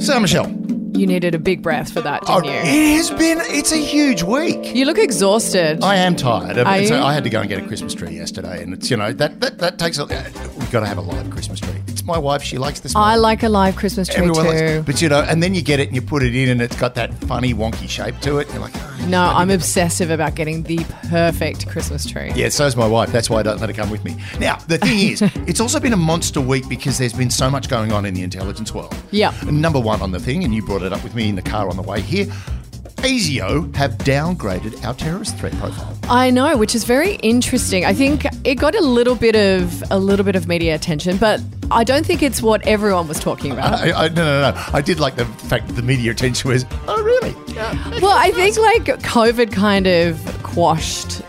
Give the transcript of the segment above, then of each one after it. Sarah Michelle. You needed a big breath for that, Oh, didn't you? it has been, it's a huge week. You look exhausted. I am tired. Are It's- you? I had to go and get a Christmas tree yesterday, and it's, you know, that, that, that takes a. We've got to have a live Christmas tree. It's my wife, she likes this I one. like a live Christmas tree Everyone likes too. But, you know, and then you get it and you put it in, and it's got that funny, wonky shape to it. and you're like, oh, No, I'm obsessive about getting the perfect Christmas tree. Yeah, so's my wife. That's why I don't let her come with me. Now, the thing is, it's also been a monster week because there's been so much going on in the intelligence world. Yeah. Number one on the thing, and you brought it up with me in the car on the way here. ASIO have downgraded our terrorist threat profile. I know, which is very interesting. I think it got a little bit of a little bit of media attention, but I don't think it's what everyone was talking about. I, I, no, no, no. I did like the fact that the media attention was, oh, really? Yeah. Well, I think like COVID kind of quashed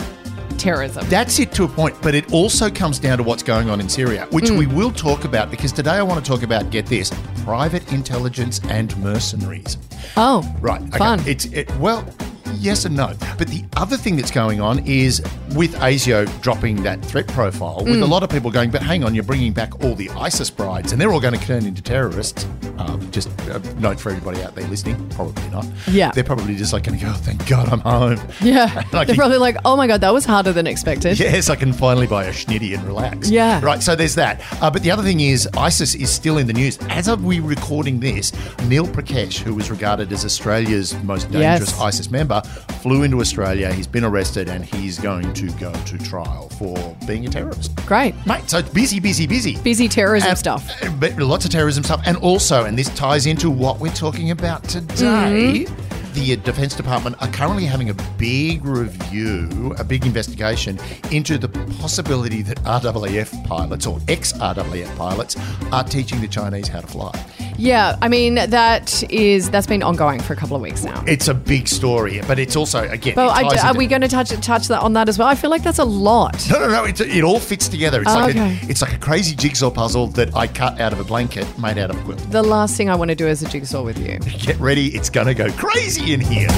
terrorism. That's it to a point, but it also comes down to what's going on in Syria, which we will talk about because today I want to talk about, get this, private intelligence and mercenaries. Oh, Right. Okay. Fun. It's it, well, yes and no. But the other thing that's going on is with ASIO dropping that threat profile, with Mm. a lot of people going, but hang on, you're bringing back all the ISIS brides, and they're all going to turn into terrorists. Um, just a note for everybody out there listening, probably not. Yeah. They're probably just like going to go, oh, thank God I'm home. Yeah. like you- They're probably like, oh my God, that was harder than expected. Yes, I can finally buy a schnitty and relax. Yeah. Right, so there's that. Uh, but the other thing is, ISIS is still in the news. As of we recording this, Neil Prakash, who was regarded as Australia's most dangerous Yes. ISIS member, flew into Australia. He's been arrested and he's going to go to trial for being a terrorist. Great. Mate, so it's busy, busy, busy. Busy terrorism And- stuff. But lots of terrorism stuff. And also, and this ties into what we're talking about today. Mm-hmm. The uh, Defense Department are currently having a big review, a big investigation into the possibility that RAAF pilots or ex RAAF pilots are teaching the Chinese how to fly. Yeah. I mean, that is, that's been ongoing for a couple of weeks now. It's a big story, but it's also, again, But it I, ties are into- we going to touch touch that on that as well? I feel like that's a lot. No, no, no. It's, it all fits together. It's, Oh, like okay. a, it's like a crazy jigsaw puzzle that I cut out of a blanket made out of a quilt. The last thing I want to do is a jigsaw with you. Get ready, it's going to go crazy in here.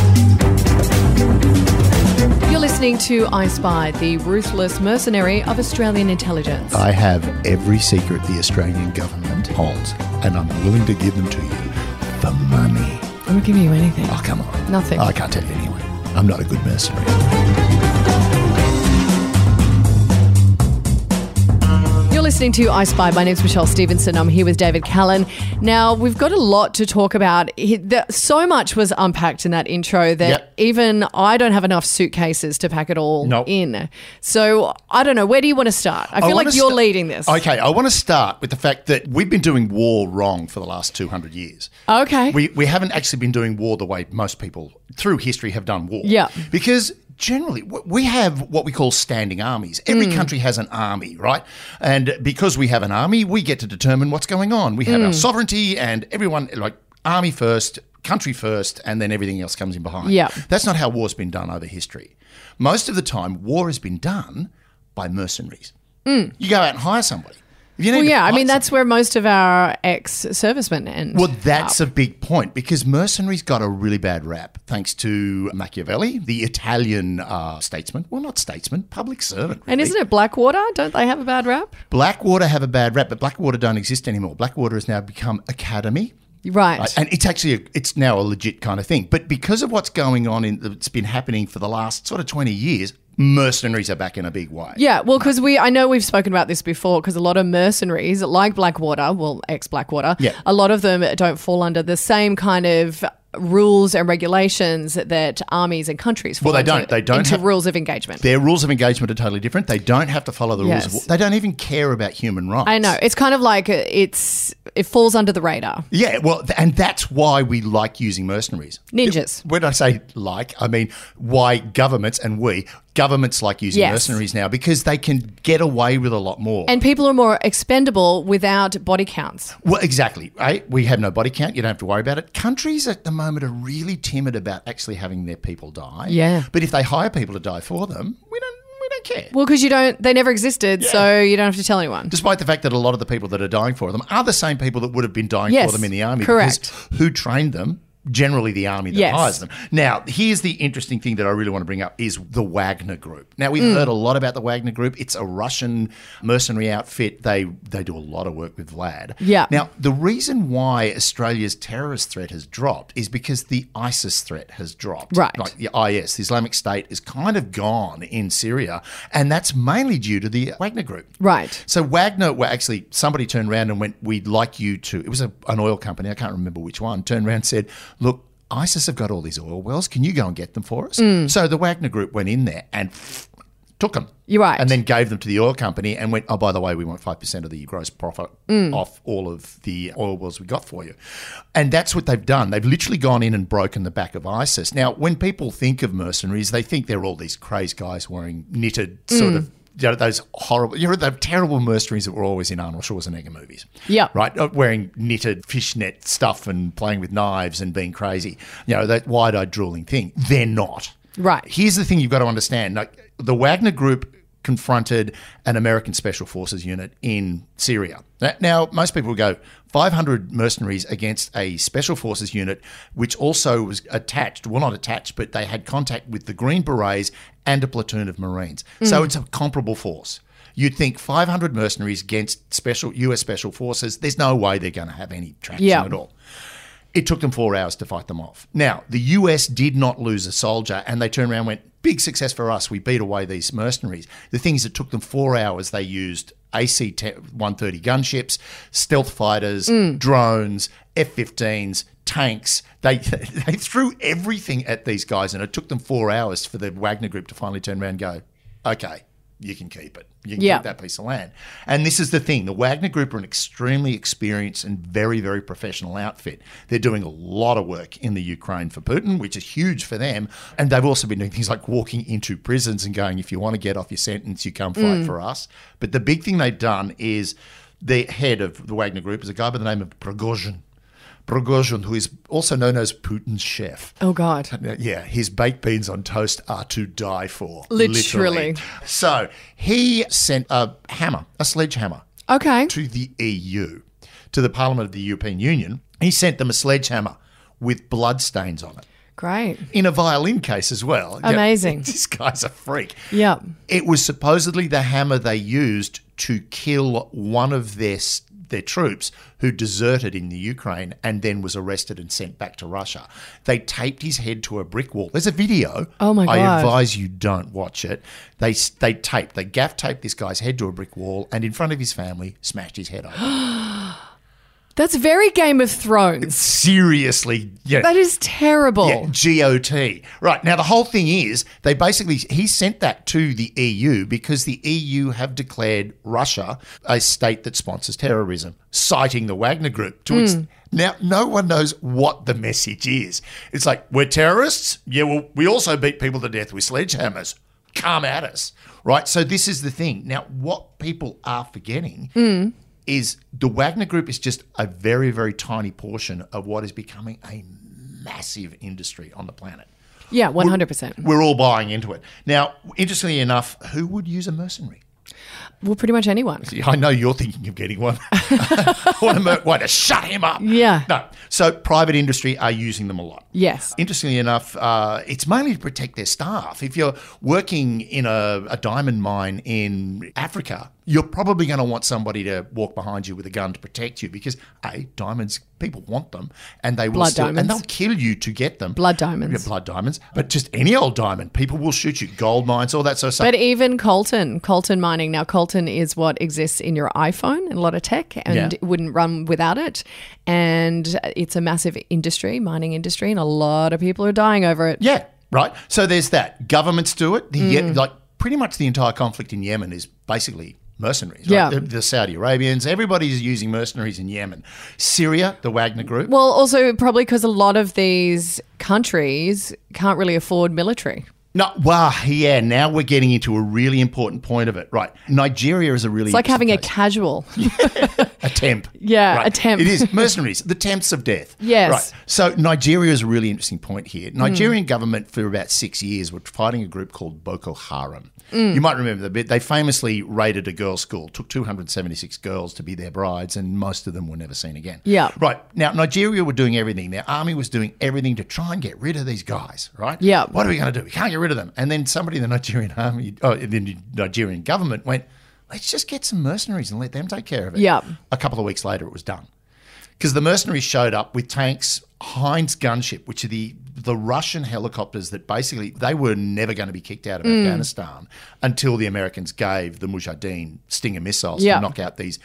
You're listening to I Spy, the ruthless mercenary of Australian intelligence. I have every secret the Australian government holds, and I'm willing to give them to you for money. I'm not giving you anything. Oh, come on. Nothing. I can't tell you anyway. I'm not a good mercenary. You're listening to I Spy. My name's Michelle Stevenson. I'm here with David Callan. Now, we've got a lot to talk about. He- the- So much was unpacked in that intro that Yep. even I don't have enough suitcases to pack it all Nope. in. So I don't know. Where do you want to start? I feel like wanna you're sta- leading this. Okay, I want to start with the fact that we've been doing war wrong for the last 200 years. Okay. We, we haven't actually been doing war the way most people through history have done war. Yeah. Because generally, w- we have what we call standing armies. Every Mm. country has an army, right? And because we have an army, we get to determine what's going on. We Mm. have our sovereignty and everyone, like, army first, country first, and then everything else comes in behind. Yeah. That's not how war's been done over history. Most of the time, war has been done by mercenaries. You go out and hire somebody. If you need Mm. Well, to yeah. I hire mean, that's where most of our ex servicemen end. well, that's a big point because mercenaries got a really bad rap thanks to Machiavelli, the Italian uh, statesman. Well, not statesman, public servant. And isn't it Blackwater? Don't they have a bad rap? Blackwater have a bad rap, but Blackwater don't exist anymore. Blackwater has now become academy. Right. Right, And it's actually a, it's now a legit kind of thing. But because of what's going on in that's been happening for the last sort of twenty years, mercenaries are back in a big way. yeah, well, because we, I know we've spoken about this before, because a lot of mercenaries, like Blackwater, well, ex Blackwater, Yeah. a lot of them don't fall under the same kind of rules and regulations that armies and countries fall Well, they under don't. They don't into have- rules of engagement. Their rules of engagement are totally different. They don't have to follow the rules Yes. of war. They don't even care about human rights. I know. It's kind of like uh, it's it falls under the radar. Yeah, well, th- and that's why we like using mercenaries. Ninjas. When I say like, I mean why governments and we, governments like using Yes. mercenaries now because they can get away with a lot more. And people are more expendable without body counts. well, exactly, right? We have no body count. You don't have to worry about it. Countries at the moment are really timid about actually having their people die. Yeah. But if they hire people to die for them, we don't, we don't care. Well, because you don't, they never existed, so you don't have to tell anyone. Despite the fact that a lot of the people that are dying for them are the same people that would have been dying Yes, for them in the army. correct. Because who trained them? generally the army that Yes. hires them. Now, here's the interesting thing that I really want to bring up is the Wagner Group. Now, we've heard a Mm. lot about the Wagner Group. It's a Russian mercenary outfit. They they do a lot of work with Vlad. Yeah. Now, the reason why Australia's terrorist threat has dropped is because the ISIS threat has dropped. Right. Like the IS, the Islamic State, is kind of gone in Syria, and that's mainly due to the Wagner Group. Right. So Wagner were actually somebody turned around and went, "We'd like you to." It was a, an oil company. I can't remember which one. Turned around and said, "Look." ISIS have got all these oil wells. Can you go and get them for us? Mm. So the Wagner Group went in there and took them. You're right. And then gave them to the oil company and went, oh, by the way, we want 5% of the gross profit Mm. off all of the oil wells we got for you. And that's what they've done. They've literally gone in and broken the back of ISIS. Now, when people think of mercenaries, they think they're all these crazy guys wearing knitted sort Mm. of. You know, those horrible, you know, the terrible mercenaries that were always in Arnold Schwarzenegger movies. Yeah. Right? Uh, Wearing knitted fishnet stuff and playing with knives and being crazy. You know, that wide eyed, drooling thing. They're not. Right. Here's the thing you've got to understand. Like the Wagner group confronted an American special forces unit in Syria. Now- Now, most people would go 500 mercenaries against a special forces unit which also was attached, well not attached, but they had contact with the Green Berets and a platoon of Marines. So it's a comparable force. You'd think 500 mercenaries against special US special forces, there's no way they're going to have any traction Yeah. at all. It took them four hours to fight them off. Now, the US did not lose a soldier, and they turned around and went, big success for us. We beat away these mercenaries. The things that took them four hours, they used AC 130 gunships, stealth fighters, drones, F 15s, tanks. They, they threw everything at these guys, and it took them four hours for the Wagner group to finally turn around and go, okay. You can keep it. You can Yeah. keep that that piece of land. And this is the thing the Wagner Group are an extremely experienced and very, very professional outfit. They're doing a lot of work in the Ukraine for Putin, which is huge for them. And they've also been doing things like walking into prisons and going, if you want to get off your sentence, you come fight for us. But the big thing they've done is the head of the Wagner Group is a guy by the name of Prigozhin. Prigozhin, who is also known as Putin's chef. Oh God. Yeah, his baked beans on toast are to die for. Literally. So he sent a hammer, a sledgehammer, Okay. to the EU, to the Parliament of the European Union. He sent them a sledgehammer with blood stains on it. Great. In a violin case as well. Yeah, Amazing. this guy's a freak. Yep. It was supposedly the hammer they used to kill one of their their troops who deserted in the Ukraine and then was arrested and sent back to Russia. They taped his head to a brick wall. There's a video. Oh my God. I advise you don't watch it. They s- they taped, they gaff taped this guy's head to a brick wall and in front of his family smashed his head open. That's very Game of Thrones. Seriously, yeah. That is terrible. Yeah, GOT. Right. Now, the whole thing is they basically, he sent that to the EU because the EU have declared Russia a state that sponsors terrorism, citing the Wagner Group. To ex- now, no one knows what the message is. It's like, we're terrorists. Yeah, well, we also beat people to death with sledgehammers. Come at us. Right. So, this is the thing. Now, what people are forgetting is the Wagner Group is just a very, very tiny portion of what is becoming a massive industry on the planet. Yeah, one hundred percent. We're all buying into it. Now, interestingly enough, who would use a mercenary? Well, pretty much anyone. Yeah, I know you're thinking of getting one. what a mer- way to shut him up. Yeah. No. So, private industry are using them a lot. Yes. Interestingly enough, uh, it's mainly to protect their staff. If you're working in a, a diamond mine in Africa, you're probably going to want somebody to walk behind you with a gun to protect you because a diamonds people want them and they will Blood still, diamonds. and they'll kill you to get them. Blood diamonds. Yeah, blood diamonds, but just any old diamond, people will shoot you. Gold mines, all that sort of stuff. But even Colton, Colton mining. Now, Colton is what exists in your iPhone and a lot of tech, and Yeah. it wouldn't run without it. And it's a massive industry, mining industry, and a lot of people are dying over it. Yeah, right. So there's that. Governments do it. The Mm. Ye- like pretty much the entire conflict in Yemen is basically mercenaries. right? Yeah. The, the Saudi Arabians, everybody's using mercenaries in Yemen. Syria, the Wagner Group. Well, also probably because a lot of these countries can't really afford military. No, wow, yeah. Now we're getting into a really important point of it, right? Nigeria is a really It's like having a interesting casual. case. a temp, Yeah, a temp. It is mercenaries, the temps of death. Yes. right. So Nigeria is a really interesting point here. Nigerian government for about six years were fighting a group called Boko Haram. Mm. You might remember the bit they famously raided a girls' school, took 276 girls to be their brides, and most of them were never seen again. Yeah. right. Now Nigeria were doing everything. Their army was doing everything to try and get rid of these guys. Right. Yeah. What are we going to do? We can't get rid of them. And then somebody in the Nigerian army, oh, in the Nigerian government went. Let's just get some mercenaries and let them take care of it. Yeah. A couple of weeks later, it was done because the mercenaries showed up with tanks, Heinz gunship, which are the the Russian helicopters that basically they were never going to be kicked out of Afghanistan until the Americans gave the Mujahideen Stinger missiles Yeah. to knock out these.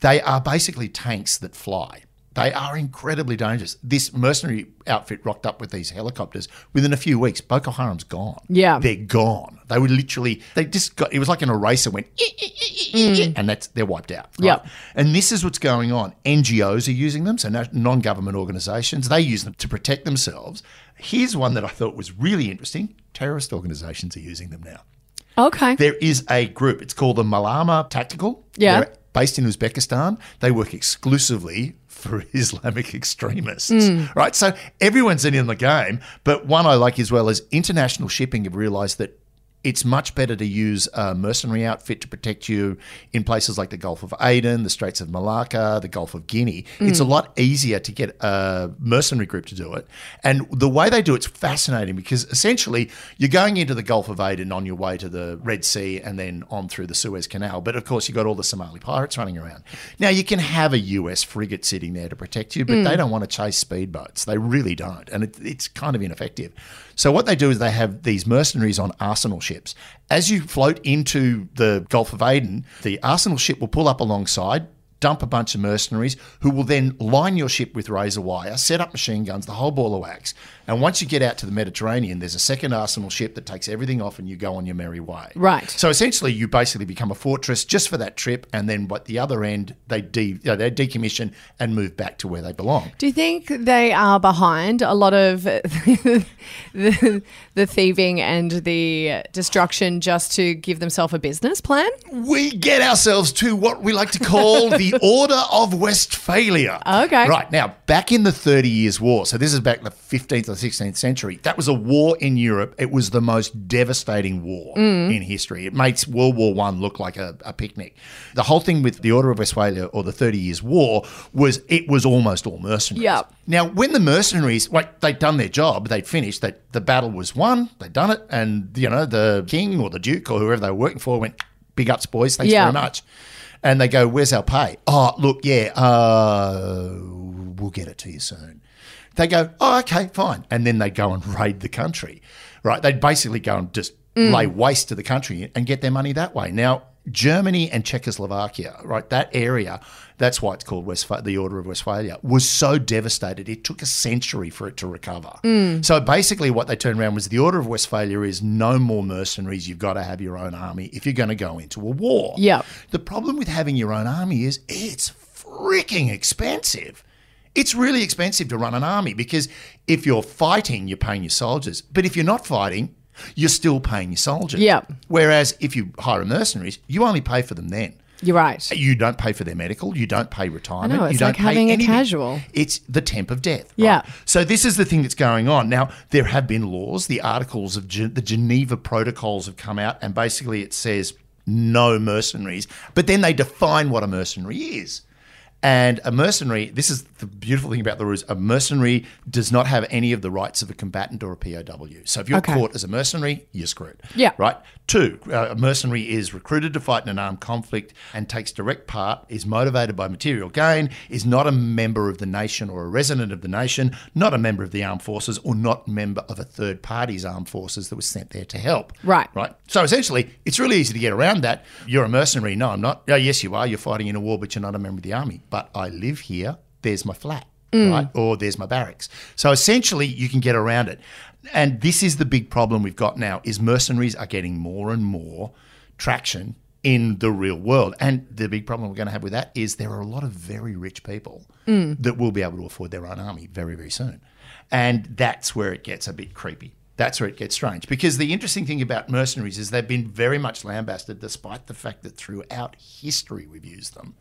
They are basically tanks that fly. They are incredibly dangerous. This mercenary outfit rocked up with these helicopters. Within a few weeks, Boko Haram's gone. Yeah. they're gone. They were literally they just got. It was like an eraser went, "Eh, eh, eh, eh, eh," and that's they're wiped out. Yep. And this is what's going on. NGOs are using them, so no- non government organizations, they use them to protect themselves. Here's one that I thought was really interesting terrorist organizations are using them now. Okay. There is a group, it's called the Malama Tactical. Yeah. They're based in Uzbekistan. They work exclusively for Islamic extremists, right? So everyone's in, in the game. But one I like as well is international shipping have realized that. It's much better to use a mercenary outfit to protect you in places like the Gulf of Aden, the Straits of Malacca, the Gulf of Guinea. It's a lot easier to get a mercenary group to do it. And the way they do it's fascinating because essentially you're going into the Gulf of Aden on your way to the Red Sea and then on through the Suez Canal. But of course, you've got all the Somali pirates running around. Now, you can have a US frigate sitting there to protect you, but they don't want to chase speedboats. They really don't. And it, it's kind of ineffective. So, what they do is they have these mercenaries on arsenal ships. As you float into the Gulf of Aden, the arsenal ship will pull up alongside dump a bunch of mercenaries who will then line your ship with razor wire, set up machine guns, the whole ball of wax. And once you get out to the Mediterranean, there's a second arsenal ship that takes everything off and you go on your merry way. Right. So essentially, you basically become a fortress just for that trip. And then at the other end, they, de- you know, they decommission and move back to where they belong. Do you think they are behind a lot of the, the thieving and the destruction just to give themselves a business plan? we get ourselves to what we like to call the Order of Westphalia. Okay. Right, now, back in the 30 Years' War, so this is back in the 15th or 16th century, that was a war in Europe. It was the most devastating war Mm. in history. It makes World War One look like a, a picnic. The whole thing with the Order of Westphalia or the 30 Years' War was it was almost all mercenaries. Yep. Now, when the mercenaries, like they'd done their job, they'd finished, that the battle was won, they'd done it, and you know the king or the duke or whoever they were working for went, "Big ups, boys! Thanks Yeah. very much." And they go, "Where's our pay?" Oh, look, yeah, uh, we'll get it to you soon. They go, "Oh, okay, fine," and then they go and raid the country, right? They'd basically go and just lay waste to the country and get their money that way. Now. Germany and Czechoslovakia, right? That area, that's why it's called Westph- the Order of Westphalia, was so devastated. It took a century for it to recover. So basically, what they turned around was the Order of Westphalia is no more mercenaries. You've got to have your own army if you're going to go into a war. Yep. The problem with having your own army is it's freaking expensive. It's really expensive to run an army because if you're fighting, you're paying your soldiers. But if you're not fighting, you're still paying your soldiers. Yep. Whereas if you hire mercenaries, you only pay for them then. You're right. You don't pay for their medical. You don't pay retirement. know, it's you don't like pay having a anything. casual. It's the temp of death. right? Yeah. So this is the thing that's going on now. There have been laws. The articles of Gen- the Geneva Protocols have come out, and basically it says no mercenaries. But then they define what a mercenary is. And a mercenary, this is the beautiful thing about the rules. A mercenary does not have any of the rights of a combatant or a POW. So if you're Okay. caught as a mercenary, you're screwed. Yeah. Right. Two, uh, a mercenary is recruited to fight in an armed conflict and takes direct part, is motivated by material gain, is not a member of the nation or a resident of the nation, not a member of the armed forces, or not a member of a third party's armed forces that was sent there to help. Right. Right. So essentially, it's really easy to get around that. You're a mercenary. No, I'm not. Oh, yes, you are. You're fighting in a war, but you're not a member of the army. But I live here. There's my flat. Right. Or there's my barracks. So essentially, you can get around it. And this is the big problem we've got now is mercenaries are getting more and more traction in the real world. And the big problem we're going to have with that is there are a lot of very rich people that will be able to afford their own army very, very soon. And that's where it gets a bit creepy. That's where it gets strange. Because the interesting thing about mercenaries is they've been very much lambasted, despite the fact that throughout history we've used them.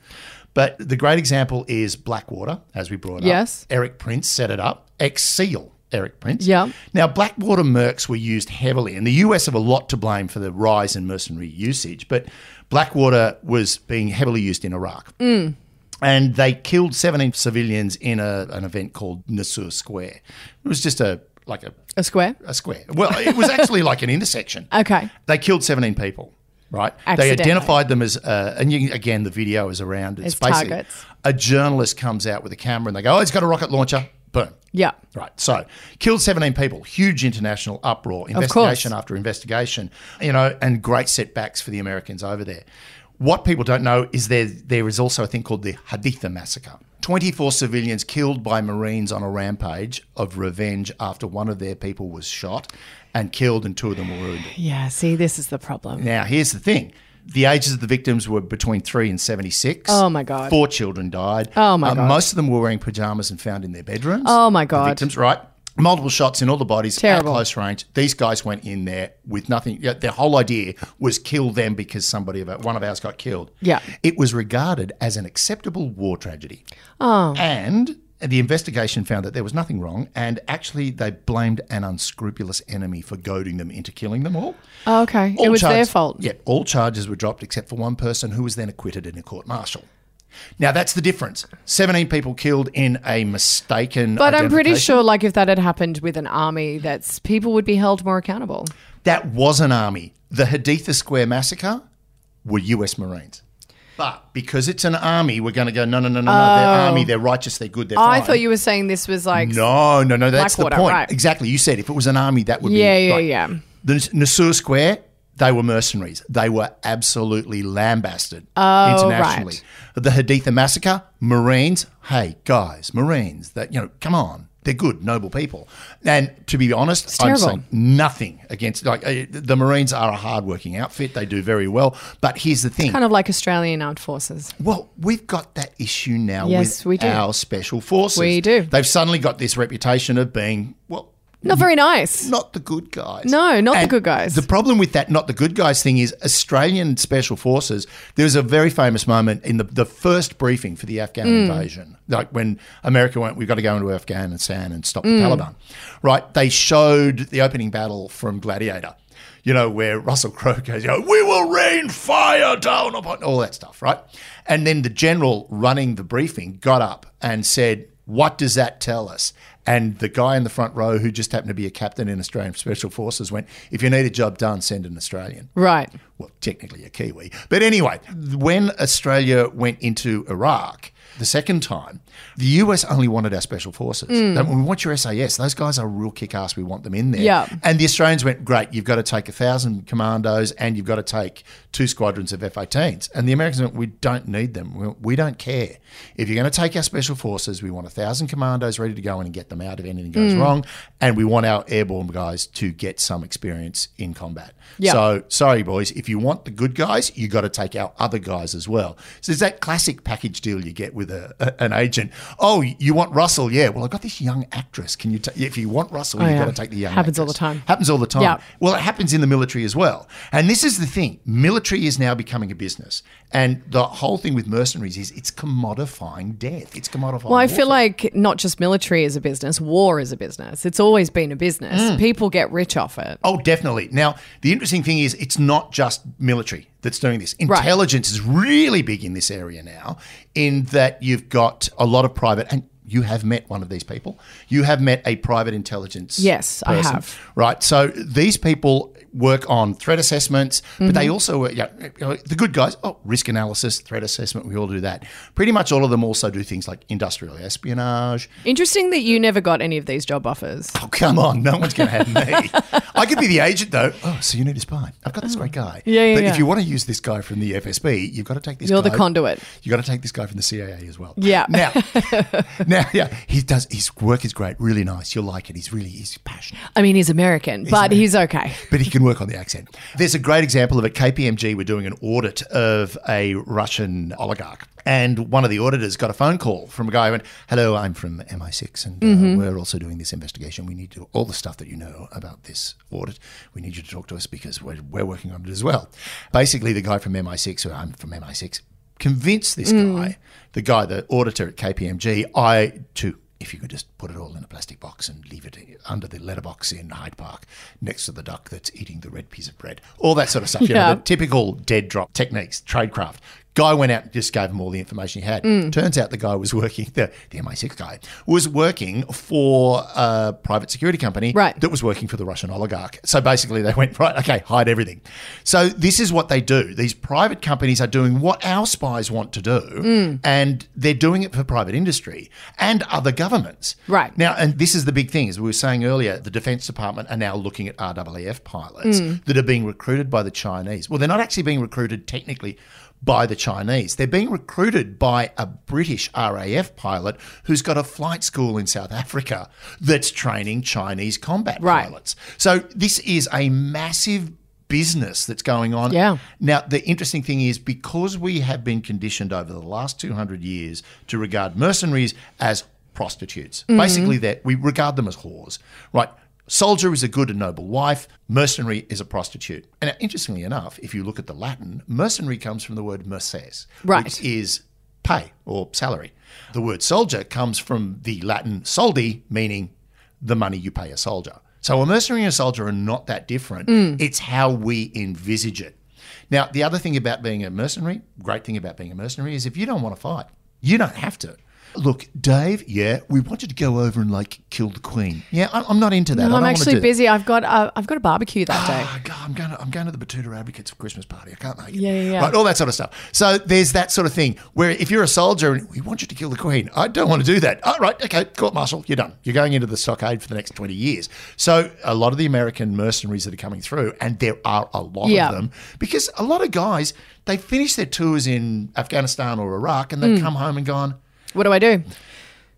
But the great example is Blackwater, as we brought Yes. up. Eric Prince set it up, ex SEAL. Eric Prince. Yeah. Now, Blackwater mercs were used heavily, and the US have a lot to blame for the rise in mercenary usage, but Blackwater was being heavily used in Iraq and they killed 17 civilians in a, an event called Nasur Square. It was just a like a, A square? a square. Well, it was actually like an intersection. Okay. They killed 17 people, right? They Accidentally. identified them as, uh, and you, again, the video is around. It's As basically targets. a journalist comes out with a camera and they go, oh, it's got a rocket launcher. Boom. Yeah. Right. So, killed 17 people, huge international uproar, investigation after investigation, you know, and great setbacks for the Americans over there. What people don't know is there there is also a thing called the Haditha massacre. 24 civilians killed by Marines on a rampage of revenge after one of their people was shot and killed and two of them were wounded. Yeah, see, this is the problem. Now, here's the thing. The ages of the victims were between 3 and 76. Oh, my God. Four children died. Uh, Oh, my God. Most of them were wearing pajamas and found in their bedrooms. Oh, my The God. victims, right? Multiple shots in all the bodies Terrible. at close range. These guys went in there with nothing. Yeah, Their whole idea was kill them because somebody of one of ours got killed. Yeah. It was regarded as an acceptable war tragedy. Oh. And the investigation found that there was nothing wrong, and actually they blamed an unscrupulous enemy for goading them into killing them all. Oh, okay. All it was their charges- fault. Yeah, all charges were dropped except for one person who was then acquitted in a court martial. Now that's the difference. Seventeen people killed in a mistaken. But I'm pretty identification. sure, like, if that had happened with an army, that's people would be held more accountable. that was an army. The Haditha Square massacre were U.S. Marines. But because it's an army, we're going to go no, no, no, no, no. They're army. They're righteous. They're good. They're Oh. I fine. thought you were saying this was like, Oh, No, no, no. That's the Blackwater, point. right. Exactly. You said if it was an army, that would Yeah, be. yeah, right. yeah. The Nasur Square, they were mercenaries. They were absolutely lambasted Oh, internationally. The Haditha massacre, Marines. Hey guys, Marines. That you know, come on. They're good, noble people. And to be honest, I'm terrible. saying nothing against like uh, the Marines are a hard-working outfit. They do very well. But here's the thing: kind of like Australian armed forces. well, we've got that issue now Yes, with we do. our special forces. We do. They've suddenly got this reputation of being, well, Not very nice. not the good guys. No, not the good guys. The problem with that not the good guys thing is Australian special forces, there was a very famous moment in the, the first briefing for the Afghan Mm. invasion, like when America went, we've got to go into Afghanistan and stop the Mm. Taliban. Right? They showed the opening battle from Gladiator. You know, where Russell Crowe goes, you know, we will rain fire down upon all that stuff, right? And then the general running the briefing got up and said, what does that tell us? And the guy in the front row, who just happened to be a captain in Australian Special Forces, went, If you need a job done, send an Australian. Right. Well, technically a Kiwi. But anyway, when Australia went into Iraq the second time, the US only wanted our Special Forces. They went, we want your SAS. Those guys are real kick ass. We want them in there. Yeah. And the Australians went, Great, you've got to take a 1,000 commandos and you've got to take two squadrons of F 18s. And the Americans went, We don't need them. We, we don't care. If you're going to take our special forces, we want a 1,000 commandos ready to go in and get them out if anything goes wrong. And we want our airborne guys to get some experience in combat. Yeah. So, sorry, boys, if you want the good guys, you got to take our other guys as well. So, it's that classic package deal you get with a, a- an agent. Oh, you want Russell? Yeah. Well, I've got this young actress. Can you, ta- if you want Russell, you've Oh, yeah. got to take the young Happens all actress. the time. Happens all the time. Yeah. Well, it happens in the military as well. And this is the thing military is now becoming a business. And the whole thing with mercenaries is it's commodifying death. It's commodifying. Well, I feel like not just military is a business, war is a business. It's always been a business. Mm. People get rich off it. Oh, definitely. Now, the interesting thing is, it's not just military that's doing this. Right. Intelligence is really big in this area now, in that you've got a lot of private, and you have met one of these people. You have met a private intelligence. Yes, I person, have. Right. So these people work on threat assessments, but Mm-hmm. they also, uh, yeah, you know, the good guys, oh, risk analysis, threat assessment, we all do that. Pretty much all of them also do things like industrial espionage, Interesting that you never got any of these job offers. Oh, come on. No one's going to have me. I could be the agent, though. Oh, so you need a spy. I've got this great guy. Yeah, yeah, But yeah. if you want to use this guy from the FSB, you've got to take this You're guy. the conduit. You've got to take this guy from the CIA as well. Yeah. Now, now No, yeah, he does. His work is great, really nice. You'll like it. He's really he's passionate, I mean, he's American, but he's okay. but he can work on the accent. There's a great example of it. KPMG were doing an audit of a Russian oligarch, and one of the auditors got a phone call from a guy who went, "Hello, I'm from MI6, and uh, we're also doing this investigation. We need to, all the stuff that you know about this audit. We need you to talk to us because we're we're working on it as well." Basically, the guy from MI6, or I'm from MI6, convince this guy, the guy, the auditor at KPMG, I too, if you could just put it all in a plastic box and leave it under the letterbox in Hyde Park next to the duck that's eating the red piece of bread, all that sort of stuff. You Yeah. know, the typical dead drop techniques, tradecraft. Guy went out and just gave him all the information he had. Mm. Turns out the guy was working, the, the MI6 guy, was working for a private security company Right. that was working for the Russian oligarch. So basically, they went, right, okay, hide everything. So this is what they do. These private companies are doing what our spies want to do, Mm. and they're doing it for private industry and other governments. Right. Now, and this is the big thing, as we were saying earlier, the Defense Department are now looking at RAAF pilots Hmm. that are being recruited by the Chinese. Well, they're not actually being recruited technically by the Chinese. They're being recruited by a British RAF pilot who's got a flight school in South Africa that's training Chinese combat Right. pilots. So this is a massive business that's going on. Yeah. Now, the interesting thing is because we have been conditioned over the last 200 years to regard mercenaries as prostitutes, basically that we regard them as whores, right? Soldier is a good and noble wife, mercenary is a prostitute. And interestingly enough, if you look at the Latin, mercenary comes from the word merces, Right. which is pay or salary. The word soldier comes from the Latin soldi, meaning the money you pay a soldier. So a mercenary and a soldier are not that different. Mm. It's how we envisage it. Now, the other thing about being a mercenary, great thing about being a mercenary, is if you don't want to fight, you don't have to. Look, Dave, yeah, we want you to go over and like kill the queen. Yeah, I- I'm not into that. I I'm don't want to actually do that. busy. I've got uh, I've got a barbecue that day. Oh, God, I'm going to I'm going to the Batuta Advocates Christmas party. I can't make it. Yeah, yeah, yeah. Right, all that sort of stuff. So there's that sort of thing where if you're a soldier and we want you to kill the queen, I don't want to do that. All right, okay, court martial, you're done. You're going into the stockade for the next 20 years. So a lot of the American mercenaries that are coming through, and there are a lot Yeah. of them, because a lot of guys they finish their tours in Afghanistan or Iraq and Mm. they've come home and gone What do I do?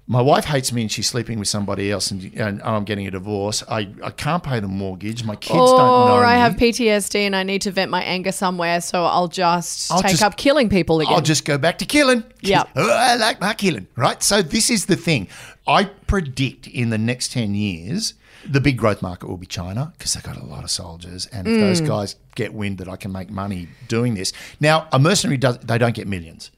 my wife hates me and she's sleeping with somebody else and, and I'm getting a divorce. I, I can't pay the mortgage. My kids don't know Or I me. have PTSD and I need to vent my anger somewhere, so I'll just I'll take just- up killing people again. I'll just go back to killing. Yeah. Oh, I like my killing, right? So this is the thing. I predict in the next 10 years, the big growth market will be China because they've got a lot of soldiers. And if Mm. those guys get wind that I can make money doing this. Now, a mercenary, does they don't get millions.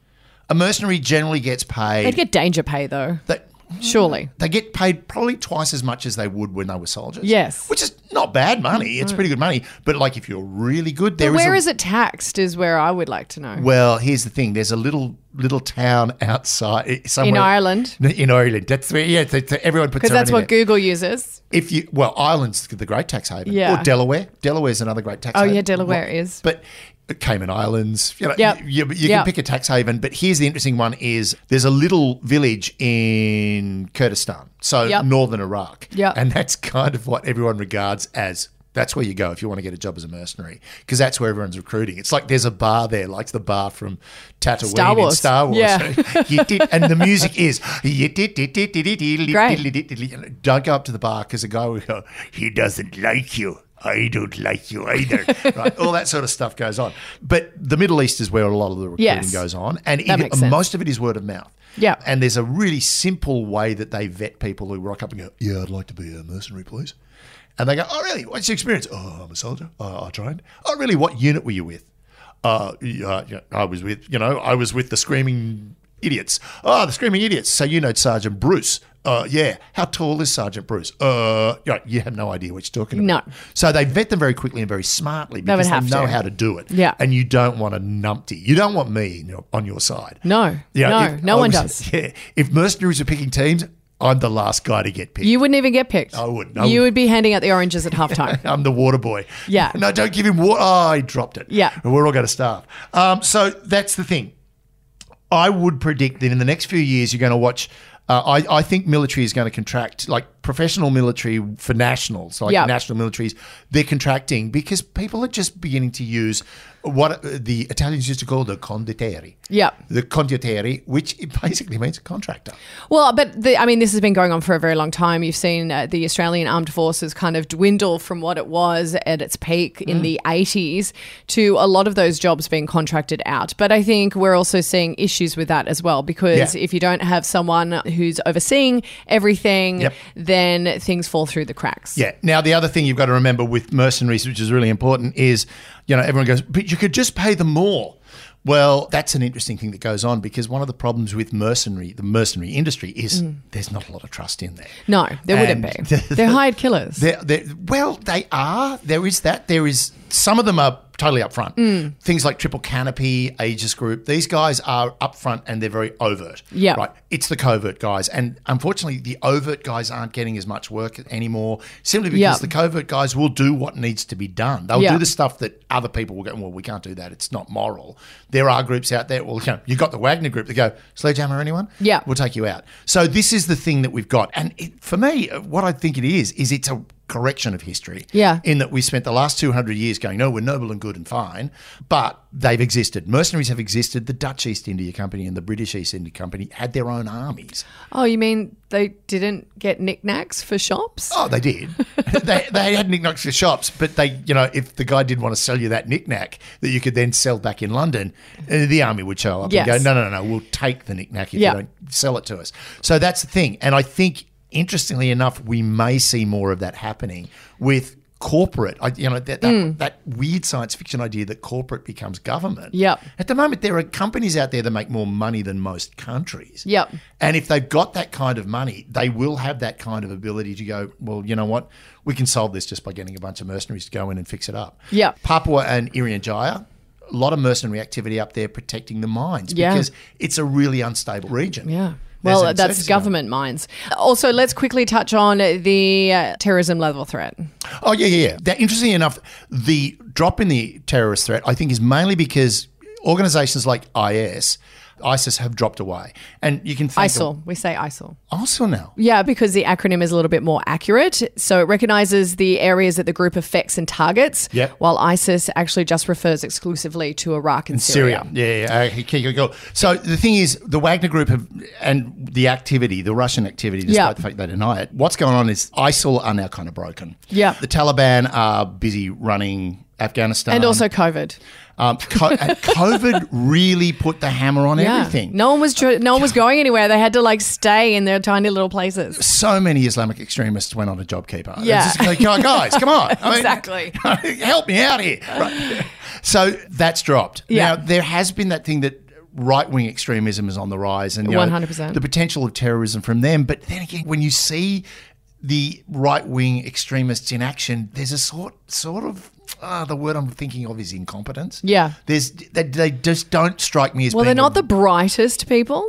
A mercenary generally gets They'd paid. get danger pay though, they, surely. they get paid probably twice as much as they would when they were soldiers. Yes. Which is not bad money. It's pretty good money. But like if you're really good, there is where a- is it taxed? Is where I would like to know. well, here's the thing. There's a little little town outside eh, somewhere Ireland? In Ireland, that's where yeah. That's, everyone puts Because their own that's in what there. Google uses. If you well, Ireland's the great tax haven. Yeah. Or Delaware. Delaware's another great tax Oh, haven. yeah, Delaware is. But Cayman Islands, you know, Yep. you, you Yep. can pick a tax haven. But here's the interesting one: is there's a little village in Kurdistan, so Yep. northern Iraq, Yep. and that's kind of what everyone regards as. That's where you go if you want to get a job as a mercenary, because that's where everyone's recruiting. It's like there's a bar there, like the bar from Tatooine Star in Wars. Star Wars. Yeah. You did- and the music is Great. don't go up to the bar because the guy will go, he doesn't like you. I don't like you either. right? All that sort of stuff goes on. But the Middle East is where a lot of the recruiting Yes. goes on. And That even- makes sense. most of it is word of mouth. Yeah. And there's a really simple way that they vet people who rock up and go, yeah, I'd like to be a mercenary, please. And they go, oh, really? What's your experience? Oh, I'm a soldier. Oh, I trained. Oh, really? What unit were you with? Uh, yeah, yeah, I was with, you know, I was with the screaming idiots. Oh, the screaming idiots. So you know Sergeant Bruce. Uh, yeah. How tall is Sergeant Bruce? Uh, yeah, you have no idea what you're talking about. No. So they vet them very quickly and very smartly would because they, have know to. how to do it. Yeah. And you don't want a numpty. You don't want me in your- on your side. No, Yeah, no, if- no one I does. was- Yeah, if mercenaries are picking teams, I'm the last guy to get picked. You wouldn't even get picked. I wouldn't. I you wouldn't. would be handing out the oranges at halftime. I'm the water boy. Yeah. No, don't give him water. Oh, I dropped it. Yeah. We're all going to starve. Um, so that's the thing. I would predict that in the next few years, you're going to watch. Uh, I, I think military is going to contract. Like professional military for nationals, like Yep. national militaries, they're contracting because people are just beginning to use what uh, the Italians used to call the condottieri. Yep. The condottieri, which it basically means contractor. Well, but the, I mean, this has been going on for a very long time. You've seen uh, the Australian Armed Forces kind of dwindle from what it was at its peak Mm. in the 80s to a lot of those jobs being contracted out. But I think we're also seeing issues with that as well because Yeah. if you don't have someone who's overseeing everything, Yep. then things fall through the cracks. Yeah. Now, the other thing you've got to remember with mercenaries, which is really important, is you know everyone goes, but you could just pay them more. Well, that's an interesting thing that goes on because one of the problems with mercenary, the mercenary industry, is there's not a lot of trust in there. No, there wouldn't And be. They're hired killers. They're, they're, well, they are. There is that. There is some of them are totally upfront. Mm. Things like Triple Canopy, Aegis Group. These guys are upfront and they're very overt. Yeah. right. It's the covert guys, and unfortunately, the overt guys aren't getting as much work anymore. Simply because Yeah. the covert guys will do what needs to be done. They'll Yeah. do the stuff that other people will go. Well, we can't do that. It's not moral. There are groups out there. Well, you know, you've got the Wagner Group that go sledgehammer anyone. Yeah. We'll take you out. So this is the thing that we've got. And it, for me, what I think it is, is it's a correction of history. Yeah. In that we spent the last 200 years going, no, we're noble and good and fine, but they've existed. Mercenaries have existed. The Dutch East India Company and the British East India Company had their own armies. oh, you mean they didn't get knickknacks for shops? Oh, they did. they, they had knickknacks for shops, but they, you know, if the guy did want to sell you that knickknack that you could then sell back in London, uh, the army would show up Yes. and go, no, no, no, no, we'll take the knickknack if you Yeah. don't sell it to us. So that's the thing. And I think, interestingly enough, we may see more of that happening with corporate. I, you know, that, that, Mm. that weird science fiction idea that corporate becomes government. Yep. At the moment, there are companies out there that make more money than most countries. Yep. And if they've got that kind of money, they will have that kind of ability to go, well, you know what? We can solve this just by getting a bunch of mercenaries to go in and fix it up. Yeah. Papua and Irian a lot of mercenary activity up there protecting the mines Yeah. because it's a really unstable region. Yeah. There's Well, uncertainty that's going on. government minds. Also, let's quickly touch on the uh, terrorism level threat. Oh yeah, yeah, yeah. That, interestingly enough, the drop in the terrorist threat, I think, is mainly because organisations like IS, ISIS, have dropped away, and you can thank them- ISIL. We say ISIL. ISIL now. Yeah, because the acronym is a little bit more accurate. So it recognizes the areas that the group affects and targets, Yep. while ISIS actually just refers exclusively to Iraq and Syria. Syria. Yeah, yeah. yeah. Okay, cool, cool. So the thing is, the Wagner Group have, and the activity, the Russian activity, despite Yeah. the fact they deny it, what's going on is ISIL are now kind of broken. Yeah. The Taliban are busy running Afghanistan. And also COVID. um, co- and COVID really put the hammer on Yeah. everything. No one was tr- no one was going anywhere. They had to like stay in their tiny little places. So many Islamic extremists went on to JobKeeper. It's Yeah. just like, "Oh, guys, come on. I mean, Exactly. help me out here. Right. So that's dropped. Yeah. Now, there has been that thing that right wing extremism is on the rise and you know, 100%. the potential of terrorism from them. But then again, when you see the right wing extremists in action, there's a sort sort of ah, the word I'm thinking of is incompetence. Yeah. There's they, they just don't strike me as Well, they're being not a the brightest people.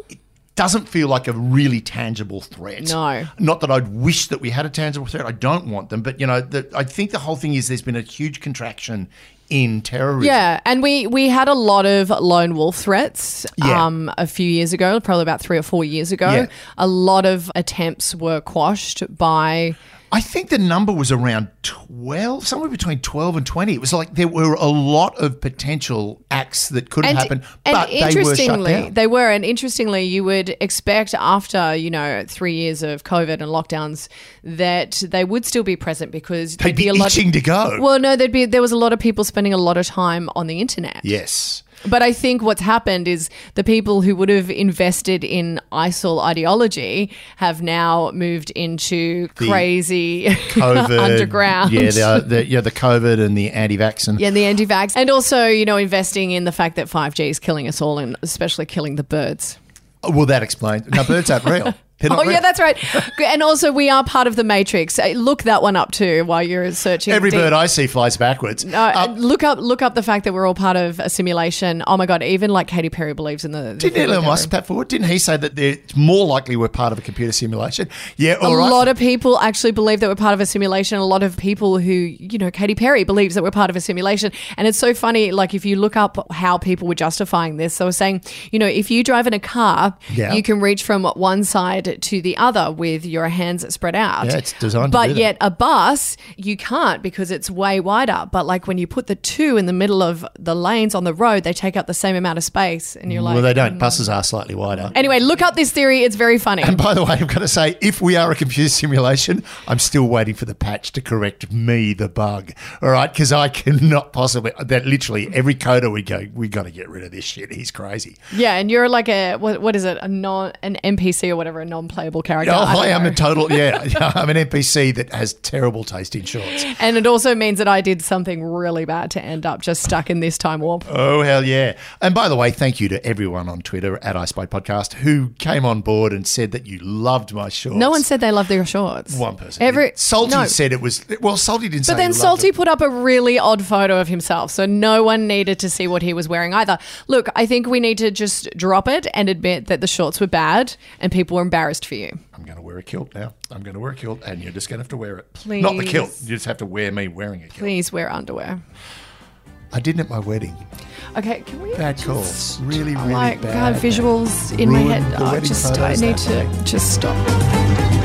doesn't feel like a really tangible threat. No. Not that I'd wish that we had a tangible threat. I don't want them. But, you know, the, I think the whole thing is there's been a huge contraction in terrorism. Yeah, and we we had a lot of lone wolf threats Yeah. um, a few years ago, probably about three or four years ago. Yeah. A lot of attempts were quashed by I think the number was around 12, somewhere between 12 and 20. It was like there were a lot of potential acts that could have and, happened, and but they were shut interestingly, down. they were. And interestingly, you would expect after you know three years of COVID and lockdowns that they would still be present because They'd there'd be a lot. itching to go. Well, no, there'd be there was a lot of people spending a lot of time on the internet. yes. But I think what's happened is the people who would have invested in ISIL ideology have now moved into crazy COVID. underground. Yeah, the, uh, the, yeah, the COVID and the anti-vax and Yeah, and the anti-vax, and also you know investing in the fact that five G is killing us all, and especially killing the birds. Oh, well, that explains. No, birds aren't real. They're not Oh yeah, real. that's right. G- and also we are part of the matrix. Uh, Look that one up too while you're searching. Every deep- bird I see flies backwards. Uh, look up, look up the fact that we're all part of a simulation. Oh my god! Even like Katy Perry believes in the. the Didn't Elon theory. Musk put that forward? Didn't he say that they're- it's more likely we're part of a computer simulation? Yeah, all a right. lot of people actually believe that we're part of a simulation. A lot of people who, you know, Katy Perry believes that we're part of a simulation. And it's so funny, like, if you look up how people were justifying this, they were saying, you know, if you drive in a car, Yeah. you can reach from one side hand to the other with your hands spread out. Yeah, it's designed to But do that. yet a bus you can't because it's way wider. But like when you put the two in the middle of the lanes on the road, they take up the same amount of space, and you're like, well, they don't. Buses are slightly wider. anyway, look up this theory. It's very funny. And by the way, I've got to say, if we are a computer simulation, I'm still waiting for the patch to correct me, the bug. All right, because I cannot possibly. That literally every coder we go, we got to get rid of this shit. He's crazy. Yeah, and you're like a what, what is it? A non an NPC or whatever, a non-playable character. Oh, I don't I am know. a total. Yeah, yeah, I'm an NPC that has terrible taste in shorts. and it also means that I did something really bad to end up just stuck in this time warp. Oh hell yeah! And by the way, thank you to everyone on Twitter at iSpy Podcast who came on board and said that you loved my shorts. No one said they love their shorts. one person. Every Salty no. said it was well. Salty didn't. say But he then loved Salty it. put up a really odd photo of himself, so no one needed to see what he was wearing either. Look, I think we need to just drop it and admit that the shorts were bad and people were embarrassed for you. I'm going to wear a kilt now. I'm going to wear a kilt, and you're just going to have to wear it. Not the kilt. Please. You just have to wear me wearing a kilt. Please wear underwear. I didn't at my wedding. Okay, can we Bad just- call. Really, really like bad. God, visuals in my Ruined head. the Oh, wedding just I photos need that to just stop.